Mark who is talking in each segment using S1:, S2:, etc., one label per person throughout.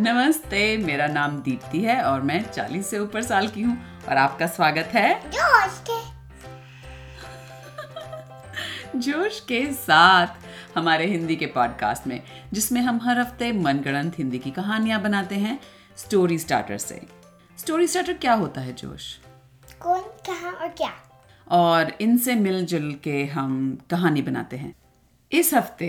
S1: नमस्ते मेरा नाम दीप्ति है और मैं 40 से ऊपर साल की हूँ और आपका स्वागत है
S2: जोश के
S1: जोश के साथ हमारे हिंदी के पॉडकास्ट में जिसमें हम हर हफ्ते मनगढ़ंत हिंदी की कहानियाँ बनाते हैं स्टोरी स्टार्टर से स्टोरी स्टार्टर क्या होता है जोश
S2: कौन कहाँ और क्या
S1: और इनसे मिलजुल के हम कहानी बनाते हैं इस हफ्ते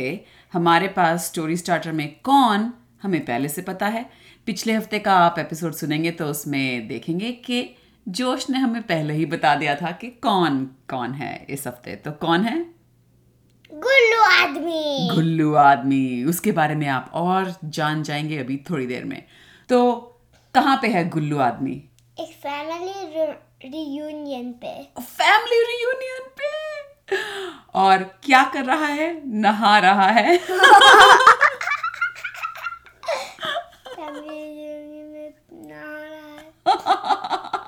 S1: हमारे पास स्टोरी स्टार्टर में कौन हमें पहले से पता है पिछले हफ्ते का आप एपिसोड सुनेंगे तो उसमें देखेंगे कि जोश ने हमें पहले ही बता दिया था कि कौन कौन है इस हफ्ते तो कौन है
S2: गुल्लू आदमी
S1: गुल्लू आदमी उसके बारे में आप और जान जाएंगे अभी थोड़ी देर में तो कहाँ पे है गुल्लू आदमी
S2: एक फैमिली रियूनियन पे
S1: फैमिली रियूनियन पे और क्या कर रहा है नहा रहा है
S2: फैमिली रियूनियन में नहा रहा है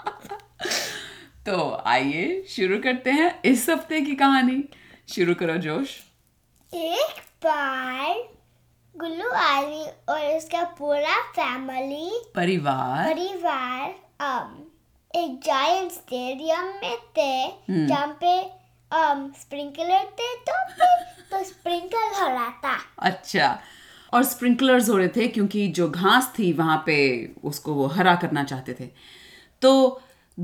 S1: तो आइए शुरू करते हैं इस हफ्ते की कहानी शुरू करो जोश
S2: एक बार गुल्लू आदमी और उसका पूरा फैमिली
S1: परिवार
S2: परिवार um, एक जायंट स्टेडियम में थे जहाँ पे um, स्प्रिंकलर थे तो फिर तो स्प्रिंकल हो रहा था
S1: अच्छा और स्प्रिंकलर्स हो रहे थे क्योंकि जो घास थी वहां पे उसको वो हरा करना चाहते थे तो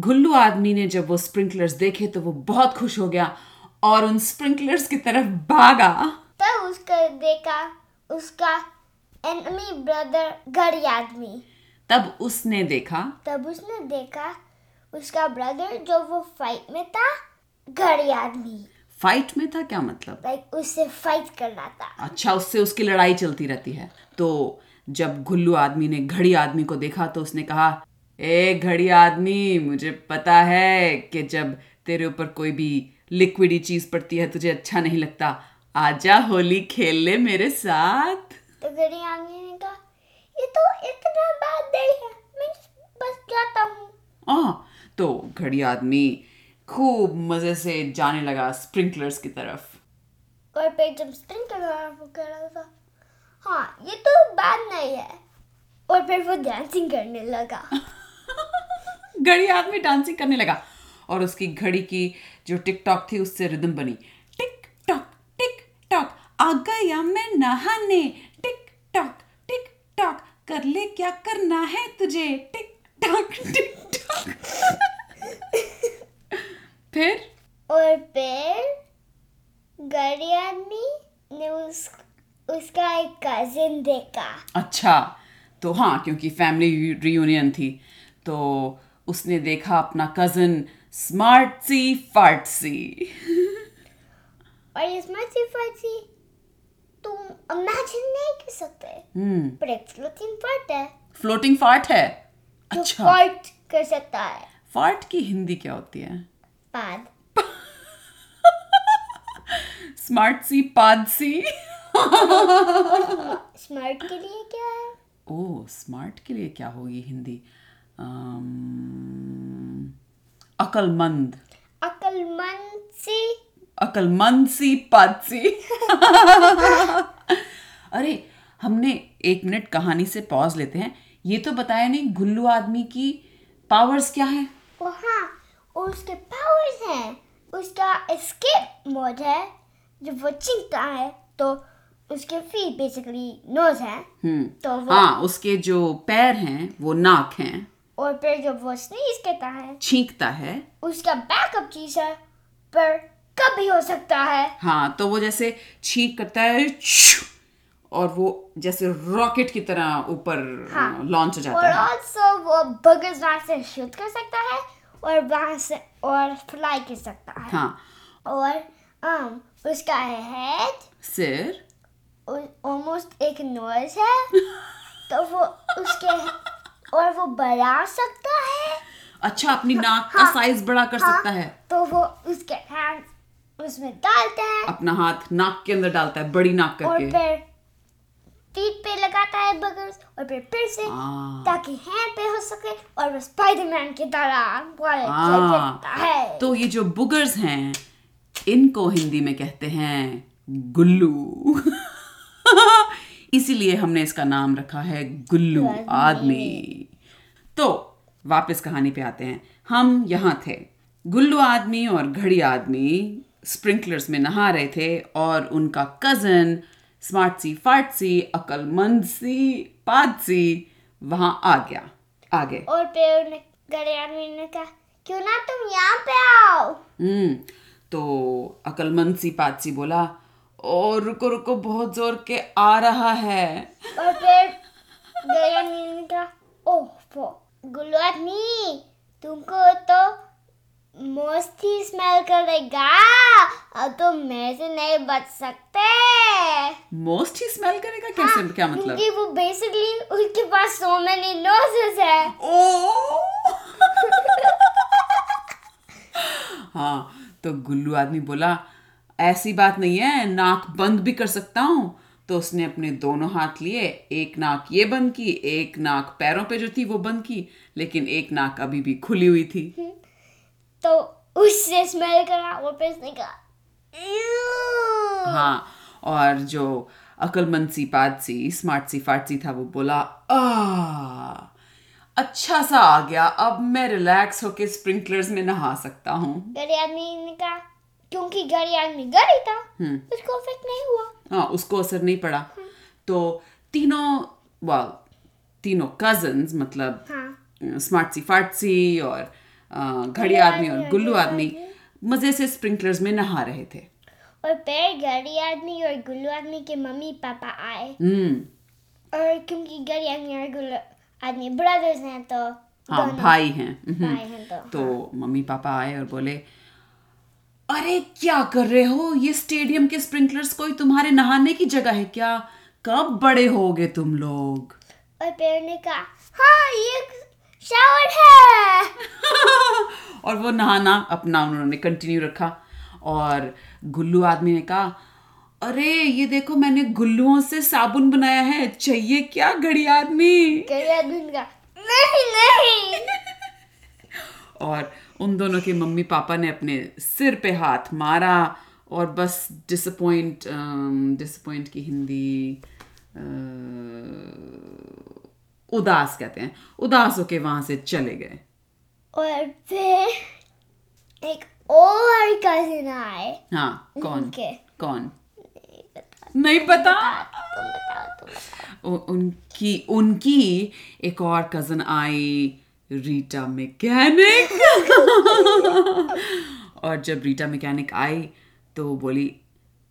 S1: गुल्लू आदमी ने जब वो स्प्रिंकलर्स देखे तो वो बहुत खुश हो गया और उन स्प्रिंकलर्स की तरफ भागा
S2: तब उसका देखा उसका एनमी ब्रदर घड़ी आदमी
S1: तब उसने देखा
S2: तब उसने देखा उसका ब्रदर जो वो फाइट में था घड़ी आदमी
S1: फाइट में था क्या मतलब
S2: लाइक उससे फाइट कर रहा था
S1: अच्छा उससे उसकी लड़ाई चलती रहती है तो जब गुल्लू आदमी ने घड़ी आदमी को देखा तो उसने कहा ए घड़ी आदमी मुझे पता है कि जब तेरे ऊपर कोई भी लिक्विडी चीज पड़ती है तुझे अच्छा नहीं लगता आजा होली खेल ले मेरे साथ
S2: तो घड़ी आदमी ने कहा ये तो इतना बात नहीं है मैं बस जाता हूँ
S1: आ, तो घड़ी आदमी खूब मजे से जाने लगा स्प्रिंकलर्स की तरफ
S2: और फिर जब स्प्रिंग कर रहा वो कर रहा था हाँ ये तो बात नहीं है और फिर वो डांसिंग करने लगा
S1: घड़ी आदमी डांसिंग करने लगा और उसकी घड़ी की जो टिकटॉक थी उससे रिदम बनी टिक टॉक टिक टॉक आ गया मैं नहाने टिक टॉक टिक टॉक कर ले क्या करना है तुझे टिक टॉक टिक टॉक फिर
S2: और फिर गड़ी आदमी ने उस उसका एक कजिन देखा
S1: अच्छा तो हाँ क्योंकि फैमिली रियूनियन थी तो उसने देखा अपना कजन स्मार्ट सी फार्ट सी
S2: और इसमें से फंसी तुम इमेजिन नहीं कर सकते
S1: हम्म।
S2: पर एक फ्लोटिंग पार्ट है
S1: फ्लोटिंग फार्ट है
S2: जो
S1: अच्छा
S2: फाइट कर सकता है
S1: फार्ट की हिंदी क्या होती है
S2: बाद
S1: स्मार्ट सी पाद सी
S2: स्मार्ट के लिए क्या है
S1: ओ स्मार्ट के लिए क्या होगी हिंदी अम्म, अकलमंद
S2: अकलमंद से
S1: अकलमंद सी पादसी अरे हमने एक मिनट कहानी से पॉज लेते हैं ये तो बताया नहीं गुल्लू आदमी की पावर्स क्या है
S2: ओ हाँ और उसके पावर्स हैं उसका एस्केप मोड है जब वो चिंता है तो उसके फीट बेसिकली नोज है तो वो
S1: हाँ उसके जो पैर हैं वो नाक हैं
S2: और फिर जब वो स्नीज करता है
S1: छींकता है
S2: उसका बैकअप चीज है पर कभी हो सकता है
S1: हाँ तो वो जैसे छींक करता है छू, और वो जैसे रॉकेट की तरह ऊपर
S2: हाँ।
S1: लॉन्च हो
S2: और
S1: जाता है
S2: ऑल्सो वो बगल नाक से शूट कर सकता है और वहां से और फ्लाई कर सकता है
S1: हाँ
S2: और um, उसका हेड
S1: सिर
S2: ऑलमोस्ट एक नोज है तो वो उसके और वो बढ़ा सकता है
S1: अच्छा अपनी
S2: हाँ,
S1: नाक का साइज बड़ा कर सकता है
S2: तो वो उसके हैंड उसमें डालते हैं
S1: अपना हाथ नाक के अंदर डालता है बड़ी नाक
S2: और
S1: करके
S2: फिर पीठ पे लगाता है बगल्स और फिर फिर से
S1: हाँ।
S2: ताकि हैंड पे हो सके और वो स्पाइडरमैन की तरह वाले
S1: हाँ।
S2: करता है
S1: तो ये जो बुगर्स हैं इनको हिंदी में कहते हैं गुल्लू इसीलिए हमने इसका नाम रखा है गुल्लू आदमी तो वापस कहानी पे आते हैं हम यहाँ थे गुल्लू आदमी और घड़ी आदमी स्प्रिंकलर्स में नहा रहे थे और उनका कजन स्मार्ट सी फाट सी अकलमंद सी पाद सी वहाँ आ गया आगे
S2: और पेड़ ने गड़े आदमी ने कहा क्यों ना तुम यहाँ पे आओ
S1: हम्म तो अकलमंद सी पादसी बोला ओ रुको रुको बहुत जोर के आ रहा है
S2: और पेड़ गड़े आदमी ने कहा ओह वो गुल्लू आदमी तुमको तो मस्त ही स्मेल करेगा अब तुम मेरे से नहीं बच सकते
S1: मोस्ट ही स्मेल करेगा कैसे क्या मतलब
S2: क्योंकि वो बेसिकली उसके पास सो मेनी नोजेस है
S1: ओ हाँ तो गुल्लू आदमी बोला ऐसी बात नहीं है नाक बंद भी कर सकता हूँ तो उसने अपने दोनों हाथ लिए एक नाक ये बंद की एक नाक पैरों पे जो थी वो बंद की लेकिन एक नाक अभी भी खुली हुई थी
S2: तो उससे स्मेल करा और फिर उसने कहा "Ew!"
S1: हाँ और जो अकलमंद सी पाद सी स्मार्ट सी फाट सी था वो बोला आ अच्छा सा आ गया अब मैं रिलैक्स होके स्प्रिंकलर्स में नहा सकता हूँ
S2: गरीब आदमी ने कहा क्योंकि गरीब आदमी गरीब था
S1: हम्म।
S2: उसको इफेक्ट नहीं हुआ
S1: हाँ उसको असर नहीं पड़ा तो तीनों वाह तीनों कजन्स मतलब
S2: हाँ
S1: स्मार्टसी फाटसी और अ, घड़ी आदमी और गुल्लू आदमी मज़े से स्प्रिंकलर्स में नहा रहे थे
S2: और फिर गरीब आदमी और गुल्लू आदमी के मम्मी पापा आए
S1: हम्म
S2: और क्योंकि गरीब आदमी और गुल्लू आदमी ब्रदर्स हैं तो
S1: हाँ भाई हैं हम्म।
S2: भाई हैं तो
S1: तो मम्मी पापा आए और बोले अरे क्या कर रहे हो ये स्टेडियम के स्प्रिंकलर्स कोई तुम्हारे नहाने की जगह है क्या कब बड़े होगे तुम लोग
S2: और पेड़ ने कहा हाँ ये शावर है
S1: और वो नहाना अपना उन्होंने कंटिन्यू रखा और गुल्लू आदमी ने कहा अरे ये देखो मैंने गुल्लुओं से साबुन बनाया है चाहिए क्या घड़ी आदमी
S2: गरीब आदमी ने कहा नहीं नहीं
S1: और उन दोनों के मम्मी पापा ने अपने सिर पे हाथ मारा और बस डिसअपॉइंट डिसअपॉइंट की हिंदी अ, उदास कहते हैं उदास होके वहां से चले गए
S2: और फिर एक और कजिन आए
S1: हाँ कौन
S2: उनके
S1: कौन नहीं पता
S2: तुम बताओ तुम बताओ।
S1: उ- उनकी उनकी एक और कजन आई रीटा मैकेनिक और जब रीटा मैकेनिक आई तो वो बोली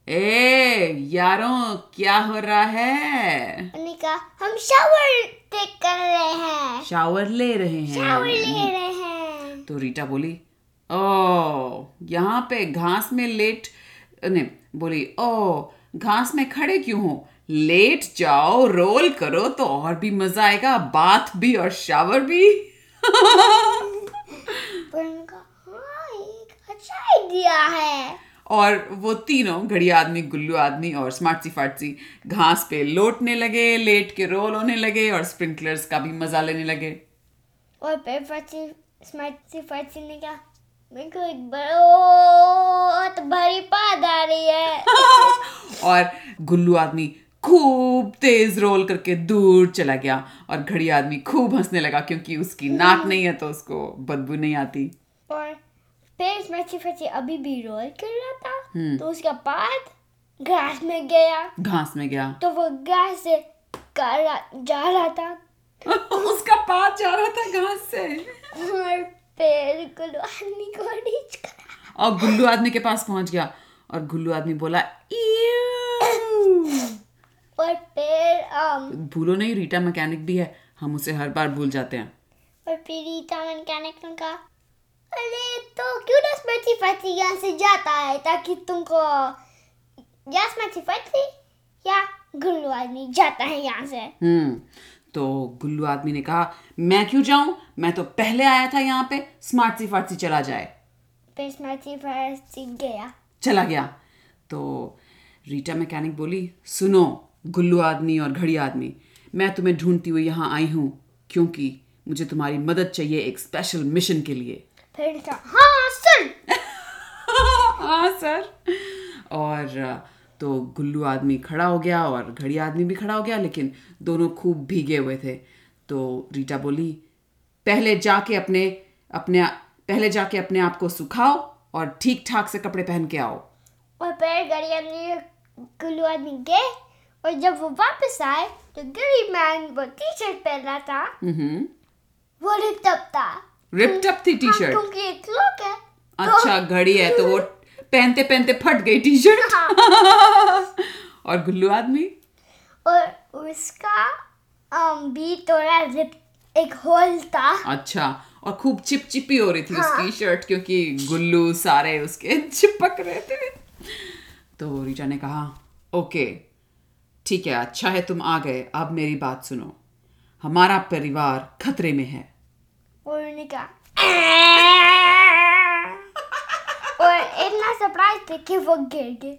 S1: ए यारों क्या हो रहा है
S2: उन्होंने कहा हम शावर टेक कर रहे हैं
S1: शावर ले रहे
S2: शावर
S1: हैं
S2: ले रहे हैं
S1: तो रीटा बोली ओ यहाँ पे घास में लेट नहीं बोली ओ घास में खड़े क्यों हो लेट जाओ रोल करो तो और भी मजा आएगा बाथ भी और शावर भी
S2: पर उन्होंने कहा हाँ ये एक अच्छा आइडिया है
S1: और वो तीनों घड़ी आदमी गुल्लू आदमी और स्मार्टसी फाटसी घास पे लोटने लगे लेट के रोल होने लगे और स्प्रिंकलर्स का भी मजा लेने लगे
S2: और फिर फर्ची स्मार्टी फर्ची ने कहा मेरे को एक बहुत भारी पाद आ रही है
S1: और गुल्लू आदमी खूब तेज रोल करके दूर चला गया और घड़ी आदमी खूब हंसने लगा क्योंकि उसकी नाक नहीं है तो उसको बदबू नहीं आती
S2: और फिर स्मार्टी फर्ची अभी भी रोल कर रहा था तो उसका पाद घास में गया
S1: घास में गया
S2: तो वो घास से कर रहा- जा रहा था
S1: उसका पाद जा रहा था घास से
S2: और फिर गुलवानी को रीच करा
S1: और गुल्लू आदमी के पास पहुंच गया और गुल्लू आदमी बोला "Ew!"
S2: और फिर अम,
S1: भूलो नहीं रीटा मैकेनिक भी है हम उसे हर बार भूल जाते हैं
S2: और फिर रीता मैकेनिक ने कहा अरे तो क्यों ना स्मृति फैक्ट्री यहाँ से जाता है ताकि तुमको या स्मृति फैक्ट्री या गुल्लू आदमी जाता है यहाँ से
S1: हम्म तो गुल्लू आदमी ने कहा मैं क्यों जाऊं मैं तो पहले आया था यहाँ पे स्मार्ट सी फाट सी चला जाए
S2: फिर स्मृति फैक्ट्री गया
S1: चला गया तो रीटा मैकेनिक बोली सुनो गुल्लू आदमी और घड़ी आदमी मैं तुम्हें ढूंढती हुई यहाँ आई हूँ क्योंकि मुझे तुम्हारी मदद चाहिए एक स्पेशल मिशन के लिए
S2: फिर तो, उसने कहा हाँ सुन
S1: हाँ सर और अ, तो गुल्लू आदमी खड़ा हो गया और घड़ी आदमी भी खड़ा हो गया लेकिन दोनों खूब भीगे हुए थे तो रीटा बोली पहले जाके अपने अपने पहले जाके अपने आप को सुखाओ और ठीक ठाक से कपड़े पहन के आओ हम्म,
S2: और पैर गरीब आदमी गुल्लू आदमी गए और जब वो वापस आए तो गरीब मैन वो टी शर्ट पहन रहा था वो रिप्ट अप था
S1: रिप्ट अप हम्म। थी टी
S2: हाँ,
S1: शर्ट
S2: क्योंकि एक लोग है
S1: अच्छा घड़ी है तो वो पहनते पहनते फट गई टी शर्ट
S2: हाँ।
S1: और गुल्लू आदमी
S2: और उसका अम, भी थोड़ा रिप एक होल था
S1: अच्छा और खूब चिपचिपी हो रही थी उसकी शर्ट क्योंकि गुल्लू सारे उसके चिपक रहे थे तो रीटा ने कहा ओके ठीक है अच्छा है तुम आ गए अब मेरी बात सुनो हमारा परिवार खतरे में है
S2: और उन्होंने कहा और इतना सरप्राइज थे कि वो गिर गए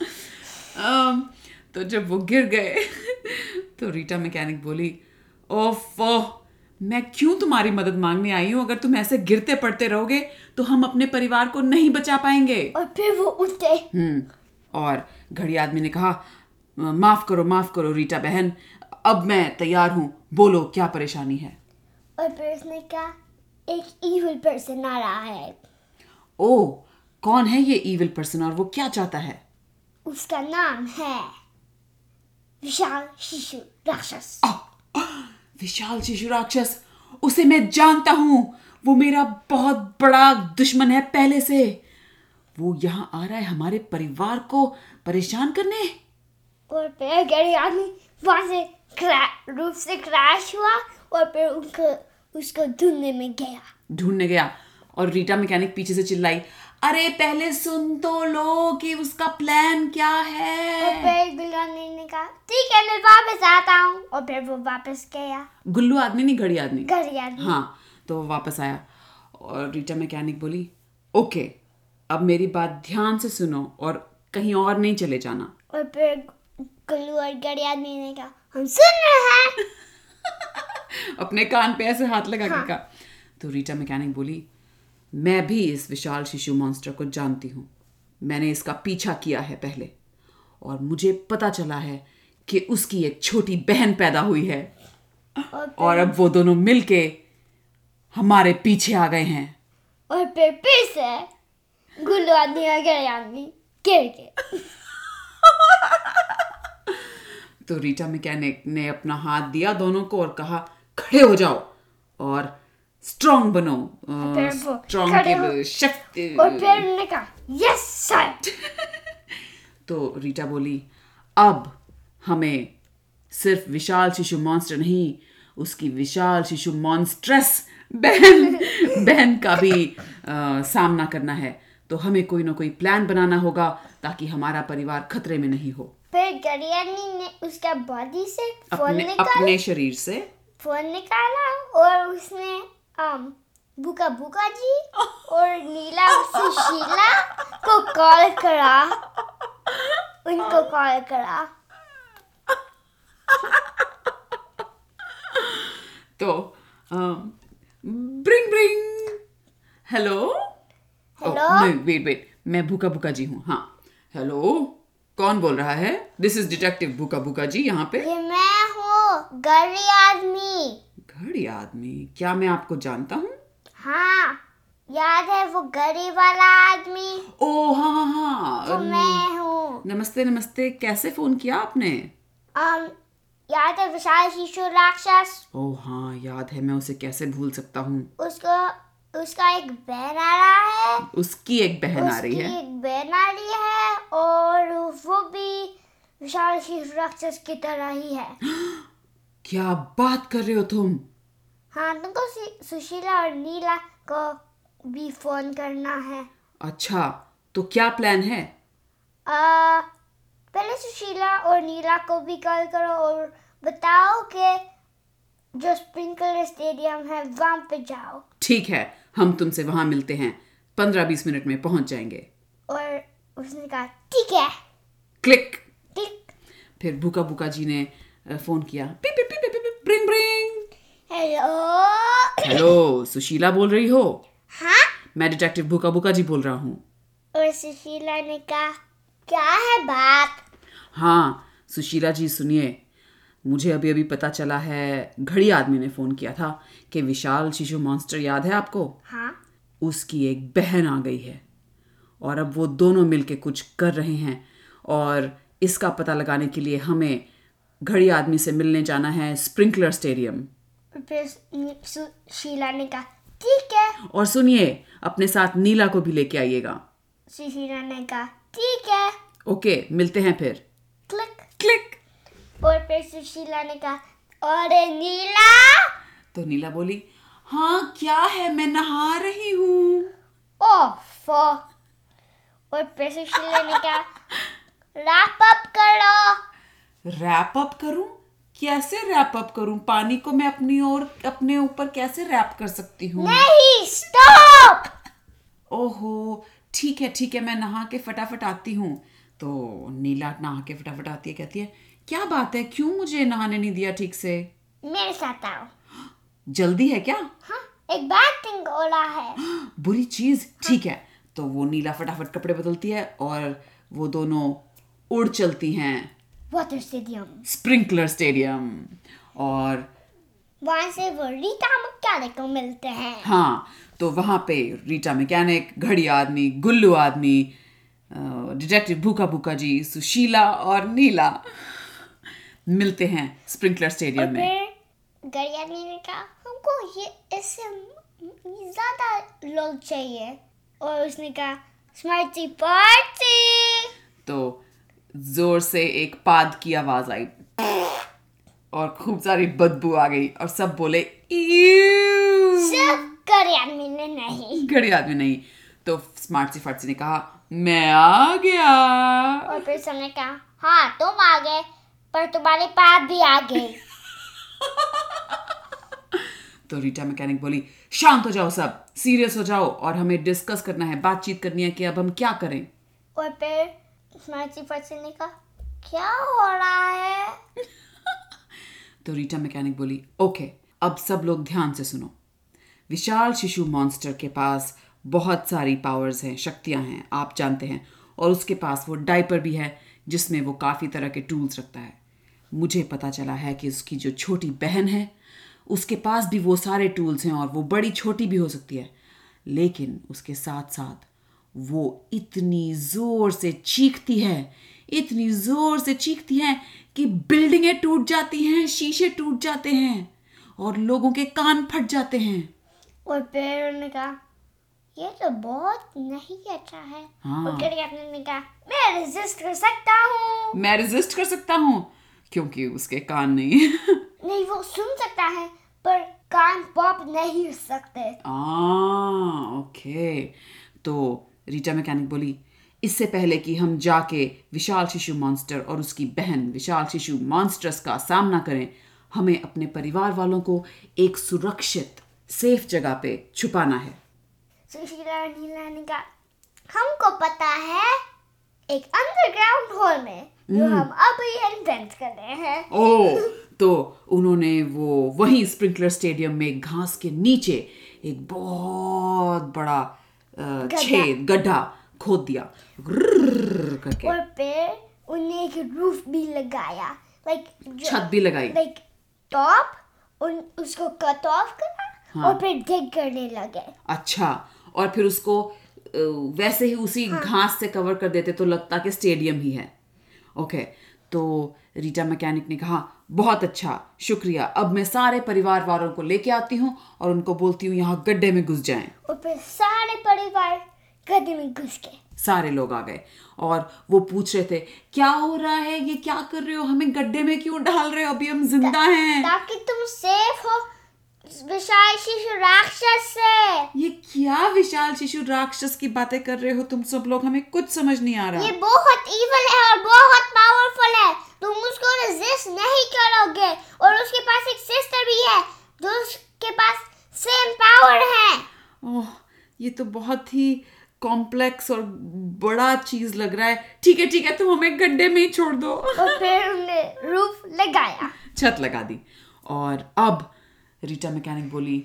S1: अम, तो जब वो गिर गए तो रीटा मैकेनिक बोली ओफो मैं क्यों तुम्हारी मदद मांगने आई हूँ अगर तुम ऐसे गिरते पड़ते रहोगे तो हम अपने परिवार को नहीं बचा पाएंगे
S2: और फिर वो उठे
S1: हम्म और घड़ी आदमी ने कहा माफ करो माफ करो रीटा बहन अब मैं तैयार हूँ बोलो क्या परेशानी है
S2: और फिर उसने कहा एक इविल पर्सन आ रहा है
S1: ओ कौन है ये इविल पर्सन और वो क्या चाहता है
S2: उसका नाम है विशाल शिशु राक्षस
S1: विशाल शिशु राक्षस उसे मैं जानता हूँ वो मेरा बहुत बड़ा दुश्मन है पहले से वो यहाँ आ रहा है हमारे परिवार को परेशान करने
S2: और फिर गरीब आदमी वहां से क्रा- रूप से क्रैश हुआ और फिर उनको उसको ढूंढने में गया
S1: ढूंढने गया और रीटा मैकेनिक पीछे से चिल्लाई अरे पहले सुन तो लो कि उसका प्लान क्या
S2: और
S1: है
S2: फिर गुलानी ने कहा ठीक है मैं वापस आता हूँ और फिर वो वापस गया
S1: गुल्लू आदमी नहीं घड़ी आदमी
S2: गरीब आदमी
S1: हाँ तो वो वापस आया और रीटा मैकेनिक बोली ओके अब मेरी बात ध्यान से सुनो और कहीं और नहीं चले जाना
S2: और फिर गुल्लू और गरीब आदमी ने कहा हम सुन रहे हैं
S1: अपने कान पे ऐसे हाथ लगा
S2: हाँ।
S1: के कहा तो रीटा मैकेनिक बोली मैं भी इस विशाल शिशु मॉन्स्टर को जानती हूँ मैंने इसका पीछा किया है पहले और मुझे पता चला है कि उसकी एक छोटी बहन पैदा हुई है
S2: और
S1: और अब वो दोनों मिलके हमारे पीछे आ गए हैं
S2: और फिर फिर से गुल्लू आदमी और गरीब आदमी गिर गए
S1: तो रीटा मैकेनिक ने अपना हाथ दिया दोनों को और कहा खड़े हो जाओ और स्ट्रांग बनो
S2: फिर वो
S1: स्ट्रांग
S2: खड़े
S1: के
S2: हो-
S1: शक्ति
S2: और फिर उन्होंने कहा यस सर
S1: तो रीटा बोली अब हमें सिर्फ विशाल शिशु मॉन्स्टर नहीं उसकी विशाल शिशु मॉन्स्ट्रेस बहन बहन का भी अ, सामना करना है तो हमें कोई ना कोई प्लान बनाना होगा ताकि हमारा परिवार खतरे में नहीं हो
S2: फिर गरियानी ने उसका बॉडी से फोन
S1: अपने
S2: निकाल
S1: अपने शरीर से
S2: फोन निकाला और उसने um, बुका बुका जी और नीला से शीला को कॉल करा उनको कॉल करा
S1: तो bring bring hello
S2: hello?
S1: Oh, wait wait मैं भूखा भूखा जी हूँ हाँ हेलो कौन बोल रहा है this is detective Bhukha Bhukha जी यहाँ पे
S2: ये मैं हूँ गरी आदमी
S1: घड़ी आदमी क्या मैं आपको जानता हूँ
S2: हाँ याद है वो गरी वाला आदमी
S1: ओ हाँ हाँ हाँ
S2: वो
S1: अम,
S2: तो मैं हूँ
S1: नमस्ते नमस्ते कैसे फोन किया आपने
S2: um, याद है विशाल शिशु राक्षस
S1: ओ हाँ याद है मैं उसे कैसे भूल सकता हूँ
S2: उसको उसका एक बहन आ रहा है
S1: उसकी एक बहन आ रही
S2: उसकी
S1: है
S2: एक बहन आ रही है और वो भी विशाल शिशु राक्षस की तरह ही है
S1: क्या बात कर रहे हो तुम
S2: हाँ तुमको सु- सुशीला और नीला को भी फोन करना है
S1: अच्छा तो क्या प्लान है
S2: आ, पहले सुशीला और नीला को भी कॉल करो और बताओ कि जो स्प्रिंकलर स्टेडियम है वहाँ पे जाओ
S1: ठीक है हम तुमसे वहां मिलते हैं पंद्रह बीस मिनट में पहुंच जाएंगे
S2: और उसने कहा ठीक है
S1: क्लिक
S2: ठीक
S1: फिर भूखा भूखा जी ने अ, फोन किया पिप पिप पिप पिप पिप, bring bring
S2: hello
S1: hello Sushila बोल रही हो
S2: हाँ
S1: मैं डिटेक्टिव भूका भूका जी बोल रहा हूँ
S2: और सुशीला ने कहा क्या है बात
S1: हाँ सुशीला जी सुनिए मुझे अभी अभी पता चला है घड़ी आदमी ने फ़ोन किया था कि विशाल शिशु मॉन्स्टर याद है आपको
S2: हाँ
S1: उसकी एक बहन आ गई है और अब वो दोनों मिलके कुछ कर रहे हैं और इसका पता लगाने के लिए हमें घड़ी आदमी से मिलने जाना है स्प्रिंकलर स्टेडियम
S2: और फिर सु- सुशीला ने कहा ठीक है
S1: और सुनिए अपने साथ नीला को भी लेके आइएगा
S2: सुशीला ने कहा ठीक है
S1: ओके मिलते हैं फिर
S2: क्लिक
S1: क्लिक
S2: और फिर सुशीला ने कहा अरे नीला
S1: तो नीला बोली हाँ क्या है मैं नहा रही हूँ
S2: ऑफ और फिर सुशीला ने कहा रैप अप करो
S1: रैप अप करूं कैसे रैप अप करूं पानी को मैं अपनी ओर अपने ऊपर कैसे रैप कर सकती हूँ
S2: नहीं स्टॉप
S1: ओहो ठीक है ठीक है मैं नहा के फटाफट आती हूँ तो नीला नहा के फटाफट आती है कहती है क्या बात है क्यों मुझे नहाने नहीं दिया ठीक से
S2: मेरे साथ आओ
S1: जल्दी है क्या
S2: हाँ एक बैड थिंग हो रहा है
S1: बुरी चीज ठीक है तो वो नीला फटाफट कपड़े बदलती है और वो दोनों उड़ चलती हैं
S2: वाटर स्टेडियम
S1: स्प्रिंकलर स्टेडियम और
S2: वहाँ से वो रीता मुख्यालय को मिलते हैं
S1: हाँ तो वहाँ पे रीटा मैकेनिक घड़ी आदमी गुल्लू आदमी अ, डिटेक्टिव भूखा भूखा जी सुशीला और नीला मिलते हैं स्प्रिंकलर स्टेडियम
S2: और
S1: में
S2: फिर गरिया ने भी कहा हमको ये इससे ज्यादा लोग चाहिए और उसने कहा स्मार्टी पार्टी
S1: तो जोर से एक पाद की आवाज आई और खूब सारी बदबू आ गई और सब बोले "Ew!"
S2: सिर्फ गरिया ने नहीं
S1: घड़ी आदमी नहीं तो स्मार्ट सी फाटसी ने कहा मैं आ गया
S2: और फिर सबने कहा हाँ तुम आ गए पर तुम्हारे पाप भी आ गए
S1: तो रीटा मैकेनिक बोली शांत हो जाओ सब सीरियस हो जाओ और हमें डिस्कस करना है बातचीत करनी है कि अब हम क्या करें
S2: और फिर स्मार्टी पर्सन ने कहा क्या हो रहा है
S1: तो रीटा मैकेनिक बोली ओके अब सब लोग ध्यान से सुनो विशाल शिशु मॉन्स्टर के पास बहुत सारी पावर्स हैं शक्तियां हैं आप जानते हैं और उसके पास वो डाइपर भी है जिसमें वो काफ़ी तरह के टूल्स रखता है मुझे पता चला है कि उसकी जो छोटी बहन है उसके पास भी वो सारे टूल्स हैं और वो बड़ी छोटी भी हो सकती है लेकिन उसके साथ साथ वो इतनी जोर से चीखती है इतनी जोर से चीखती है कि बिल्डिंगें टूट जाती हैं शीशे टूट जाते हैं और लोगों के कान फट जाते हैं
S2: और फिर उन्होंने कहा ये तो बहुत नहीं अच्छा है
S1: हाँ।
S2: और गरिया ने कहा मैं रेजिस्ट कर सकता हूँ
S1: मैं रेजिस्ट कर सकता हूँ क्योंकि उसके कान नहीं
S2: नहीं वो सुन सकता है पर कान पॉप नहीं कर सकते
S1: आ ओके तो रीटा मैकेनिक बोली इससे पहले कि हम जाके विशाल शिशु मॉन्स्टर और उसकी बहन विशाल शिशु मॉन्स्टर्स का सामना करें हमें अपने परिवार वालों को एक सुरक्षित सेफ जगह पे छुपाना है
S2: सुशीला और नीला ने कहा हमको पता है एक अंडरग्राउंड हॉल में
S1: Hmm.
S2: जो हम अभी इन्वेंट कर रहे हैं
S1: ओ तो उन्होंने वो वहीं स्प्रिंकलर स्टेडियम में घास के नीचे एक बहुत बड़ा अ, छेद गड्ढा खोद दिया गुर्रर्रर्र करके
S2: और फिर उन्हें एक रूफ भी लगाया लाइक
S1: छत भी लगाई
S2: लाइक टॉप उन उसको कट ऑफ करा
S1: हाँ।
S2: और फिर डिग करने लगे
S1: अच्छा और फिर उसको अ, वैसे ही उसी घास से कवर कर देते तो लगता कि स्टेडियम ही है ओके तो रीटा मैकेनिक ने कहा बहुत अच्छा शुक्रिया अब मैं सारे परिवार वालों को लेके आती हूँ और उनको बोलती हूँ यहाँ गड्ढे में घुस जाएं
S2: और फिर सारे परिवार गड्ढे में घुस गए
S1: सारे लोग आ गए और वो पूछ रहे थे क्या हो रहा है ये क्या कर रहे हो हमें गड्ढे में क्यों डाल रहे हो अभी हम जिंदा हैं
S2: ताकि तुम सेफ हो विशाल शिशु राक्षस से
S1: ये क्या विशाल शिशु राक्षस की बातें कर रहे हो तुम सब लोग हमें कुछ समझ नहीं आ रहा
S2: ये बहुत इवल है और बहुत पावरफुल है तुम उसको रेजिस्ट नहीं करोगे और उसके पास एक सिस्टर भी है जो उसके पास सेम पावर है
S1: ओह ये तो बहुत ही कॉम्प्लेक्स और बड़ा चीज लग रहा है ठीक है ठीक है तुम हमें गड्ढे में ही छोड़ दो
S2: और फिर उन्हें रूफ लगाया
S1: छत लगा दी और अब रीटा मैकेनिक बोली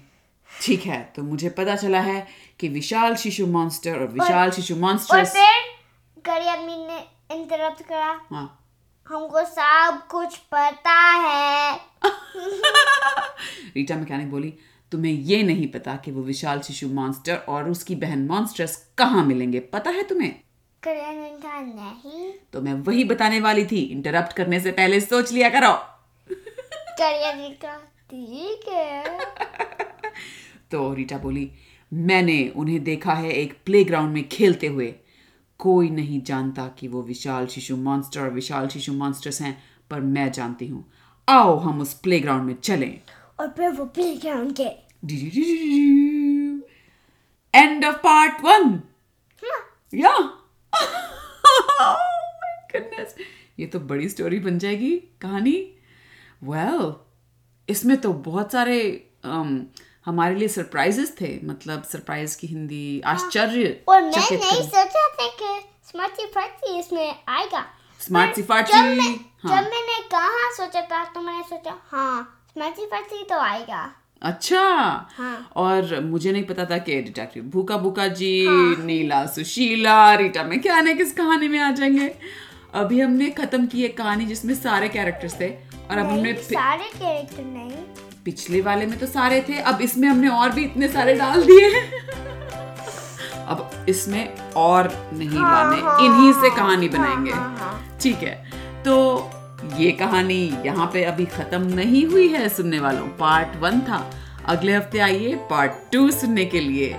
S1: ठीक है तो मुझे पता चला है कि विशाल शिशु मॉन्स्टर और विशाल शिशु
S2: और
S1: मॉन्स्टर्स
S2: फिर करियामी ने इंटरप्ट करा
S1: हाँ
S2: हमको सब कुछ पता है
S1: रीटा मैकेनिक बोली तुम्हें ये नहीं पता कि वो विशाल शिशु मॉन्स्टर और उसकी बहन मॉन्स्टर्स कहाँ मिलेंगे पता है तुम्हें
S2: करियामी ने कहा नहीं
S1: तो मैं वही बताने वाली थी इंटरप्ट करने से पहले सोच लिया करो
S2: करियामी ने कहा ठीक है
S1: तो रीटा बोली मैंने उन्हें देखा है एक प्लेग्राउंड में खेलते हुए कोई नहीं जानता कि वो विशाल शिशु मॉन्स्टर और विशाल शिशु मॉन्स्टर्स हैं पर मैं जानती हूँ आओ हम उस प्लेग्राउंड में चलें
S2: और फिर वो प्ले ग्राउंड के
S1: एंड ऑफ पार्ट वन या Oh goodness ये तो बड़ी स्टोरी बन जाएगी कहानी वेल well, इसमें तो बहुत सारे um, हमारे लिए सरप्राइजेस थे मतलब सरप्राइज की हिंदी आश्चर्य
S2: हाँ। और मैं
S1: चकित
S2: नहीं
S1: करना।
S2: सोचा था कि स्मार्टी फार्टी इसमें आएगा
S1: Smarty
S2: पर
S1: Farty,
S2: जब मैं
S1: हाँ।
S2: जब मैंने कहा सोचा था तो मैंने सोचा हाँ स्मार्टी फार्टी तो आएगा
S1: अच्छा
S2: हाँ।
S1: और मुझे नहीं पता था कि डिटेक्टिव भूका भूका जी
S2: हाँ।
S1: नीला सुशीला रीटा मैकेनिक इस कहानी में आ जाएंगे अभी हमने खत्म की एक कहानी जिसमें सारे कैरेक्टर्स थे और अब हमने
S2: नहीं, सारे कैरेक्टर नहीं
S1: पिछले वाले में तो सारे थे अब इसमें हमने और भी इतने सारे डाल दिए अब इसमें और नहीं लाने इन्हीं से कहानी बनाएंगे ठीक है तो ये कहानी यहाँ पे अभी खत्म नहीं हुई है सुनने वालों पार्ट वन था अगले हफ्ते आइए पार्ट टू सुनने के लिए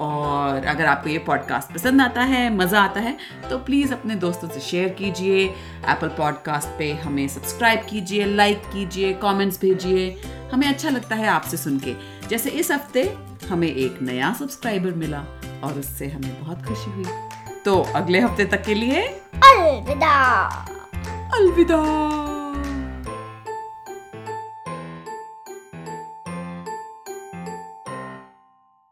S1: और अगर आपको ये पॉडकास्ट पसंद आता है मज़ा आता है तो प्लीज़ अपने दोस्तों से शेयर कीजिए एप्पल पॉडकास्ट पे हमें सब्सक्राइब कीजिए लाइक कीजिए कमेंट्स भेजिए हमें अच्छा लगता है आपसे सुन के जैसे इस हफ्ते हमें एक नया सब्सक्राइबर मिला और उससे हमें बहुत खुशी हुई तो अगले हफ्ते तक के लिए
S2: अलविदा
S1: अलविदा